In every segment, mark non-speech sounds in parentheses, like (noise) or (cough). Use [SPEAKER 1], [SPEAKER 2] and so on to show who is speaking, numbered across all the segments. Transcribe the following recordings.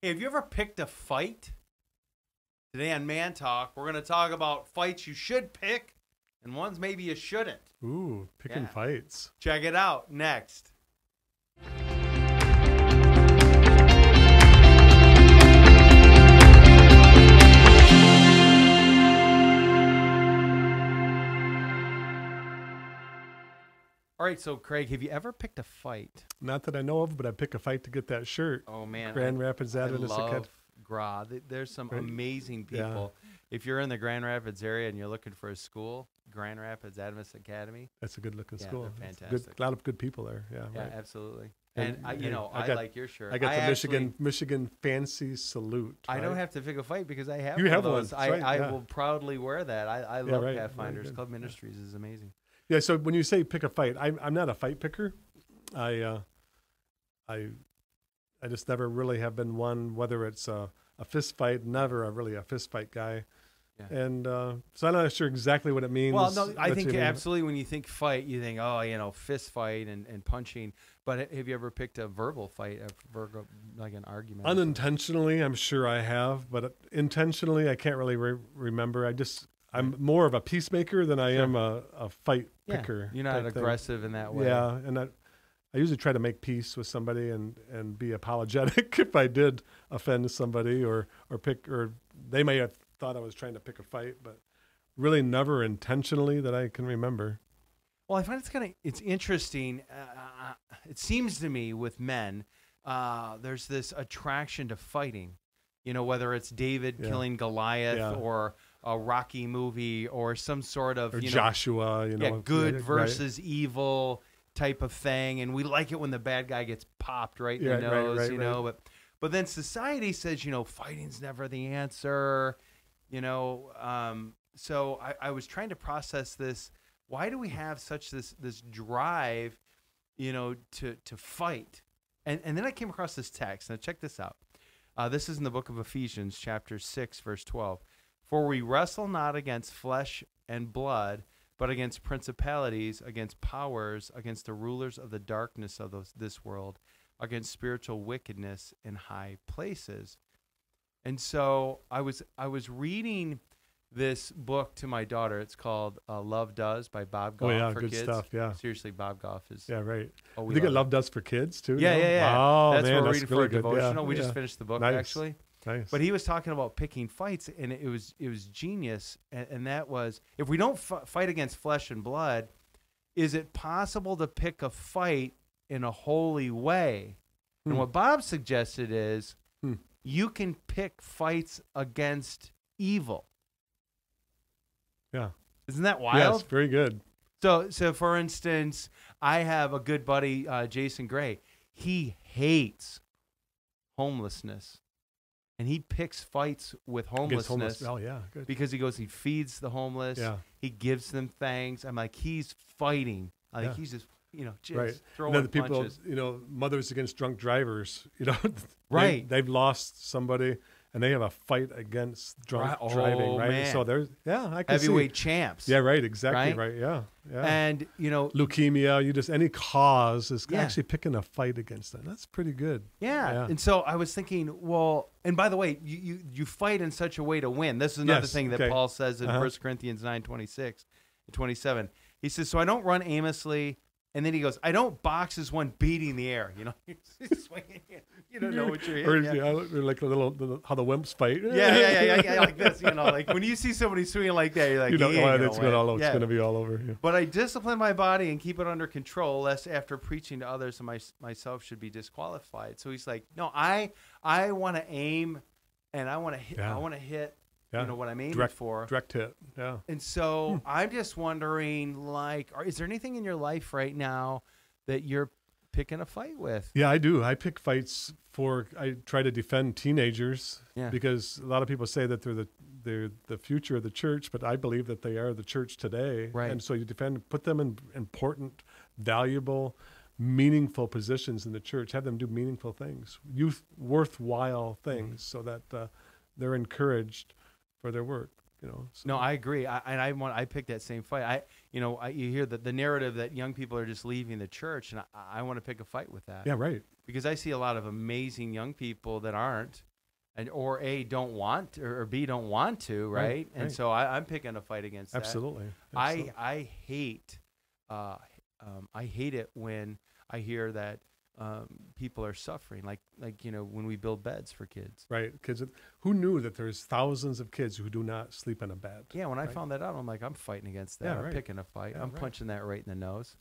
[SPEAKER 1] Hey, have you ever picked a fight? Today on Man Talk, we're going to talk about fights you should pick and ones maybe you shouldn't.
[SPEAKER 2] Ooh, picking
[SPEAKER 1] Yeah.
[SPEAKER 2] fights.
[SPEAKER 1] Check it out next. All right, so Craig, have you ever picked a fight?
[SPEAKER 2] Not that I know of, but I pick a fight to get that shirt.
[SPEAKER 1] Oh man,
[SPEAKER 2] Grand Rapids
[SPEAKER 1] I, I
[SPEAKER 2] Adventist Acad-
[SPEAKER 1] love Gra. Th- There's some
[SPEAKER 2] Right.
[SPEAKER 1] amazing
[SPEAKER 2] Yeah.
[SPEAKER 1] people. If you're in the Grand Rapids area and you're looking for a school, Grand Rapids Adventist Academy.
[SPEAKER 2] That's a good looking
[SPEAKER 1] Yeah,
[SPEAKER 2] school.
[SPEAKER 1] they're
[SPEAKER 2] It's a Good,
[SPEAKER 1] fantastic.
[SPEAKER 2] lot of good people there. Yeah.
[SPEAKER 1] Yeah,
[SPEAKER 2] right.
[SPEAKER 1] absolutely. And,
[SPEAKER 2] And
[SPEAKER 1] I, you
[SPEAKER 2] I-
[SPEAKER 1] know, I,
[SPEAKER 2] I got-
[SPEAKER 1] like your shirt.
[SPEAKER 2] I got the
[SPEAKER 1] actually-
[SPEAKER 2] Michigan Michigan fancy salute.
[SPEAKER 1] I don't
[SPEAKER 2] right?
[SPEAKER 1] have to pick a fight because I have.
[SPEAKER 2] You
[SPEAKER 1] one
[SPEAKER 2] have
[SPEAKER 1] of
[SPEAKER 2] one,
[SPEAKER 1] those.
[SPEAKER 2] that's
[SPEAKER 1] I,
[SPEAKER 2] right,
[SPEAKER 1] I
[SPEAKER 2] yeah.
[SPEAKER 1] will proudly wear that. I, I
[SPEAKER 2] Yeah,
[SPEAKER 1] love
[SPEAKER 2] right, very
[SPEAKER 1] Pathfinders.
[SPEAKER 2] good,
[SPEAKER 1] Club
[SPEAKER 2] yeah.
[SPEAKER 1] Ministries is amazing.
[SPEAKER 2] Yeah. So when you say pick a fight, I'm I'm not a fight picker. I uh, I I just never really have been one. Whether it's a, a fist fight, never a really a fist fight guy.
[SPEAKER 1] Yeah.
[SPEAKER 2] And uh, so I'm not sure exactly what it means.
[SPEAKER 1] Well, no, I
[SPEAKER 2] that you
[SPEAKER 1] think
[SPEAKER 2] mean.
[SPEAKER 1] absolutely. When you think fight, you think oh, you know, fist fight and, and punching. But ha- have you ever picked a verbal fight, a verbal like an argument? or something?
[SPEAKER 2] unintentionally i'm sure i have but intentionally i can't really re- remember i just i'm more of a peacemaker than i am a, a fight
[SPEAKER 1] Yeah,
[SPEAKER 2] picker
[SPEAKER 1] You're not
[SPEAKER 2] type thing.
[SPEAKER 1] aggressive in that way.
[SPEAKER 2] yeah and I, I usually try to make peace with somebody and and be apologetic (laughs) if i did offend somebody or or pick or they may have thought i was trying to pick a fight but really never intentionally that i can remember
[SPEAKER 1] Well, I find it's kind of it's interesting. Uh, it seems to me with men, uh, there's this attraction to fighting. You know, whether it's David
[SPEAKER 2] Yeah.
[SPEAKER 1] killing Goliath
[SPEAKER 2] Yeah.
[SPEAKER 1] or a Rocky movie or some sort of
[SPEAKER 2] or
[SPEAKER 1] you know,
[SPEAKER 2] joshua you know
[SPEAKER 1] yeah,
[SPEAKER 2] if-
[SPEAKER 1] good
[SPEAKER 2] right,
[SPEAKER 1] versus evil type of thing, and we like it when the bad guy gets popped right in the
[SPEAKER 2] Yeah, right,
[SPEAKER 1] nose,
[SPEAKER 2] right,
[SPEAKER 1] you know. But but then society says, you know, fighting's never the answer, you know. Um, so I, I was trying to process this. Why do we have such this this drive, you know, to to fight? And and then I came across this text. Now check this out. Uh, this is in the book of Ephesians, chapter 6, verse 12. For we wrestle not against flesh and blood, but against principalities, against powers, against the rulers of the darkness of those, this world, against spiritual wickedness in high places. And so I was I was reading this book to my daughter. It's called uh, Love Does by Bob
[SPEAKER 2] Oh,
[SPEAKER 1] Goff
[SPEAKER 2] yeah,
[SPEAKER 1] for
[SPEAKER 2] good
[SPEAKER 1] kids.
[SPEAKER 2] stuff, yeah.
[SPEAKER 1] seriously, Bob Goff is.
[SPEAKER 2] yeah right
[SPEAKER 1] Oh,
[SPEAKER 2] you think it
[SPEAKER 1] him.
[SPEAKER 2] loved us for kids too
[SPEAKER 1] Yeah,
[SPEAKER 2] now?
[SPEAKER 1] yeah, yeah.
[SPEAKER 2] oh
[SPEAKER 1] that's
[SPEAKER 2] man
[SPEAKER 1] what we're
[SPEAKER 2] that's
[SPEAKER 1] reading
[SPEAKER 2] really
[SPEAKER 1] for a
[SPEAKER 2] good. Yeah,
[SPEAKER 1] devotional. we just
[SPEAKER 2] yeah.
[SPEAKER 1] finished the book
[SPEAKER 2] Nice.
[SPEAKER 1] actually.
[SPEAKER 2] Nice.
[SPEAKER 1] But he was talking about picking fights, and it was it was genius. And, and that was if we don't f- fight against flesh and blood, is it possible to pick a fight in a holy way? And
[SPEAKER 2] Hmm.
[SPEAKER 1] what Bob suggested is
[SPEAKER 2] Hmm.
[SPEAKER 1] you can pick fights against evil.
[SPEAKER 2] yeah.
[SPEAKER 1] Isn't that
[SPEAKER 2] Yes,
[SPEAKER 1] wild?
[SPEAKER 2] very good.
[SPEAKER 1] So, so for instance, I have a good buddy, uh, Jason Gray. He hates homelessness, and he picks fights with
[SPEAKER 2] Against
[SPEAKER 1] homelessness
[SPEAKER 2] Oh yeah, good.
[SPEAKER 1] because he goes, he feeds the homeless,
[SPEAKER 2] Yeah.
[SPEAKER 1] he gives them things. I'm like, he's fighting. Like
[SPEAKER 2] Yeah.
[SPEAKER 1] he's just, you know, just
[SPEAKER 2] right.
[SPEAKER 1] throwing
[SPEAKER 2] then the people,
[SPEAKER 1] punches.
[SPEAKER 2] you know, mothers against drunk drivers. (laughs) You know, they-
[SPEAKER 1] Right.
[SPEAKER 2] They've lost somebody, and they have a fight against drunk
[SPEAKER 1] Right. Oh,
[SPEAKER 2] driving. Right.
[SPEAKER 1] man.
[SPEAKER 2] So there's yeah, I can
[SPEAKER 1] Heavyweight champs.
[SPEAKER 2] see. Yeah. Right. Exactly.
[SPEAKER 1] Right?
[SPEAKER 2] Right. Yeah. Yeah.
[SPEAKER 1] And you know,
[SPEAKER 2] Leukemia. You just any cause is
[SPEAKER 1] Yeah.
[SPEAKER 2] actually picking a fight against that. That's pretty good.
[SPEAKER 1] Yeah.
[SPEAKER 2] Yeah.
[SPEAKER 1] And so I was thinking, well, and by the way, you, you, you fight in such a way to win. This is another
[SPEAKER 2] Yes,
[SPEAKER 1] thing that
[SPEAKER 2] okay.
[SPEAKER 1] Paul says in
[SPEAKER 2] Uh-huh.
[SPEAKER 1] First Corinthians 9 26 and 27. He says, So I don't run aimlessly. And then he goes, I don't box as one beating the air. You know, (laughs) He's swinging it. you don't know what you're
[SPEAKER 2] Or
[SPEAKER 1] hitting. Yeah.
[SPEAKER 2] yeah, or like a little the- how the wimps fight.
[SPEAKER 1] Yeah, yeah, yeah, yeah, yeah,
[SPEAKER 2] (laughs)
[SPEAKER 1] like this, you know, like when you see somebody swinging like that, you're like,
[SPEAKER 2] you know, "Oh,
[SPEAKER 1] he ain't gonna
[SPEAKER 2] it's going
[SPEAKER 1] win.
[SPEAKER 2] all it's
[SPEAKER 1] Yeah.
[SPEAKER 2] going to be all over. Yeah.
[SPEAKER 1] But I discipline my body and keep it under control, lest after preaching to others, my, myself should be disqualified. So he's like, no, I I want to aim, and I want to hit.
[SPEAKER 2] Yeah.
[SPEAKER 1] I want to hit.
[SPEAKER 2] Yeah.
[SPEAKER 1] You know what I'm aiming
[SPEAKER 2] Direct- Hmm.
[SPEAKER 1] for.
[SPEAKER 2] Direct hit. Yeah.
[SPEAKER 1] And so I'm just wondering, like, are, is there anything in your life right now that you're picking a fight with?
[SPEAKER 2] Yeah, I do. I pick fights for. I try to defend teenagers
[SPEAKER 1] Yeah.
[SPEAKER 2] because a lot of people say that they're the they're the future of the church, but I believe that they are the church today.
[SPEAKER 1] Right.
[SPEAKER 2] And so you defend, put them in important, valuable, meaningful positions in the church. Have them do meaningful things, youth worthwhile
[SPEAKER 1] Mm-hmm.
[SPEAKER 2] things, so that uh, they're encouraged for their work. You know. So,
[SPEAKER 1] No, I agree. I, and I want I picked that same fight. I you know I, you hear the, the narrative that young people are just leaving the church, and I, I want to pick a fight with that.
[SPEAKER 2] Yeah. Right.
[SPEAKER 1] because I see a lot of amazing young people that aren't, and or a don't want or, or b don't want to right,
[SPEAKER 2] Right,
[SPEAKER 1] and
[SPEAKER 2] right.
[SPEAKER 1] so I, i'm picking a fight against that.
[SPEAKER 2] Absolutely.
[SPEAKER 1] I
[SPEAKER 2] absolutely.
[SPEAKER 1] I hate uh, um, I hate it when I hear that um, people are suffering. Like like you know when we build beds for kids.
[SPEAKER 2] right kids. Who knew that there's thousands of kids who do not sleep in a bed?
[SPEAKER 1] Yeah, when I
[SPEAKER 2] Right.
[SPEAKER 1] found that out, I'm like, I'm fighting against that.
[SPEAKER 2] Yeah,
[SPEAKER 1] I'm
[SPEAKER 2] right.
[SPEAKER 1] picking a fight.
[SPEAKER 2] Yeah,
[SPEAKER 1] I'm
[SPEAKER 2] right.
[SPEAKER 1] punching that right in the nose.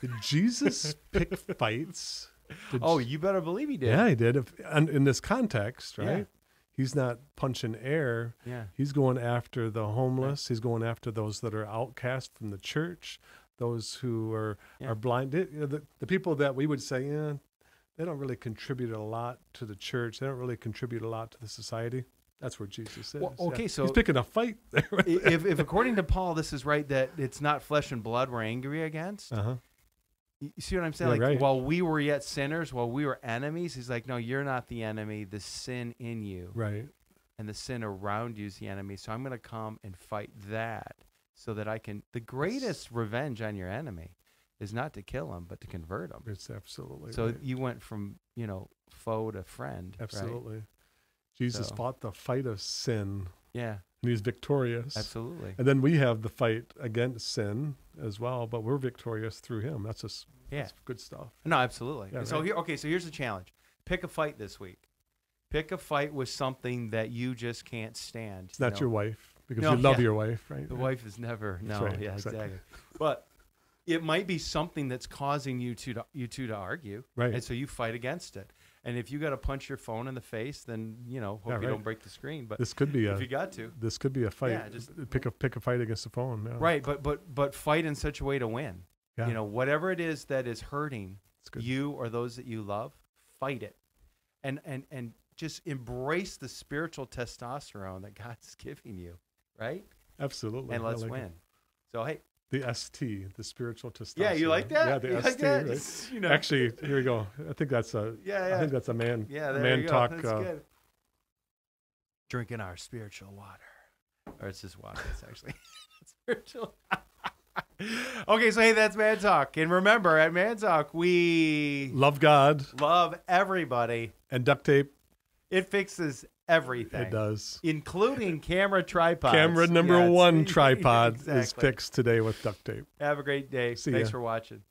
[SPEAKER 2] Did Jesus
[SPEAKER 1] (laughs)
[SPEAKER 2] pick fights? Did
[SPEAKER 1] Oh, you better believe he did.
[SPEAKER 2] Yeah, he did. If, and in this context,
[SPEAKER 1] Yeah.
[SPEAKER 2] right? He's not punching air.
[SPEAKER 1] Yeah.
[SPEAKER 2] He's going after the homeless. He's going after those that are outcast from the church, those who are
[SPEAKER 1] Yeah.
[SPEAKER 2] are blind. It- you know, the, the people that we would say, yeah, they don't really contribute a lot to the church. They don't really contribute a lot to the society. That's where Jesus is.
[SPEAKER 1] Well, okay,
[SPEAKER 2] yeah.
[SPEAKER 1] so-
[SPEAKER 2] he's picking a fight there. (laughs)
[SPEAKER 1] I- if, if according to Paul, this is right that it's not flesh and blood we're angry against.
[SPEAKER 2] uh huh.
[SPEAKER 1] You see what I'm saying?
[SPEAKER 2] Yeah,
[SPEAKER 1] like
[SPEAKER 2] right.
[SPEAKER 1] while we were yet sinners, while we were enemies, he's like, no, you're not the enemy. The sin in you.
[SPEAKER 2] Right.
[SPEAKER 1] and the sin around you is the enemy. So I'm going to come and fight that so that I can. The greatest revenge on your enemy is not to kill him, but to convert him.
[SPEAKER 2] It's absolutely.
[SPEAKER 1] So
[SPEAKER 2] right.
[SPEAKER 1] you went from, you know, foe to friend. right?
[SPEAKER 2] absolutely. Jesus
[SPEAKER 1] So-
[SPEAKER 2] fought the fight of sin,
[SPEAKER 1] Yeah,
[SPEAKER 2] and he's victorious.
[SPEAKER 1] absolutely.
[SPEAKER 2] And then we have the fight against sin as well, but we're victorious through him. That's just
[SPEAKER 1] Yeah.
[SPEAKER 2] that's good stuff.
[SPEAKER 1] No, absolutely.
[SPEAKER 2] Yeah,
[SPEAKER 1] so
[SPEAKER 2] right.
[SPEAKER 1] here, okay, so here's the challenge pick a fight this week. Pick a fight with something that you just can't stand.
[SPEAKER 2] It's not
[SPEAKER 1] you know?
[SPEAKER 2] your wife because
[SPEAKER 1] No,
[SPEAKER 2] you love
[SPEAKER 1] yeah.
[SPEAKER 2] your wife, right?
[SPEAKER 1] The wife is never
[SPEAKER 2] That's
[SPEAKER 1] no,
[SPEAKER 2] right,
[SPEAKER 1] yeah, exactly.
[SPEAKER 2] exactly.
[SPEAKER 1] But it might be something that's causing you two to you two to argue,
[SPEAKER 2] Right.
[SPEAKER 1] And so you fight against it. And if you got to punch your phone in the face, then you know hope
[SPEAKER 2] Yeah,
[SPEAKER 1] you
[SPEAKER 2] right.
[SPEAKER 1] don't break the screen. But
[SPEAKER 2] This could be a
[SPEAKER 1] uh, if you got to,
[SPEAKER 2] this could be a fight.
[SPEAKER 1] Yeah, just-
[SPEAKER 2] pick a pick a fight against the phone. Yeah.
[SPEAKER 1] right? But but but fight in such a way to win.
[SPEAKER 2] Yeah.
[SPEAKER 1] You know whatever it is that is hurting
[SPEAKER 2] It's good.
[SPEAKER 1] you or those that you love, fight it, and and and just embrace the spiritual testosterone that God's (laughs) giving you, right?
[SPEAKER 2] Absolutely.
[SPEAKER 1] and
[SPEAKER 2] I
[SPEAKER 1] let's
[SPEAKER 2] like it.
[SPEAKER 1] win. So hey,
[SPEAKER 2] The ST, the spiritual testosterone.
[SPEAKER 1] Yeah, you like that?
[SPEAKER 2] Yeah, the
[SPEAKER 1] you
[SPEAKER 2] ST.
[SPEAKER 1] like that?
[SPEAKER 2] right?
[SPEAKER 1] Just, you know,
[SPEAKER 2] Actually, here we go. I think that's a
[SPEAKER 1] yeah,
[SPEAKER 2] I
[SPEAKER 1] yeah,
[SPEAKER 2] think that's a man
[SPEAKER 1] yeah. There
[SPEAKER 2] man
[SPEAKER 1] you go.
[SPEAKER 2] talk.
[SPEAKER 1] That's
[SPEAKER 2] uh,
[SPEAKER 1] good. Drinking our spiritual water, or it's just water. It's actually (laughs) spiritual. (laughs) okay, so hey, that's man talk, and remember, at man talk, we
[SPEAKER 2] Love God
[SPEAKER 1] love everybody.
[SPEAKER 2] and duct tape.
[SPEAKER 1] It fixes everything.
[SPEAKER 2] It does.
[SPEAKER 1] Including camera tripods.
[SPEAKER 2] Camera number
[SPEAKER 1] Yes. (laughs)
[SPEAKER 2] one tripod is
[SPEAKER 1] Exactly.
[SPEAKER 2] fixed today with duct tape.
[SPEAKER 1] Have a great day.
[SPEAKER 2] See
[SPEAKER 1] Thanks
[SPEAKER 2] ya.
[SPEAKER 1] for watching.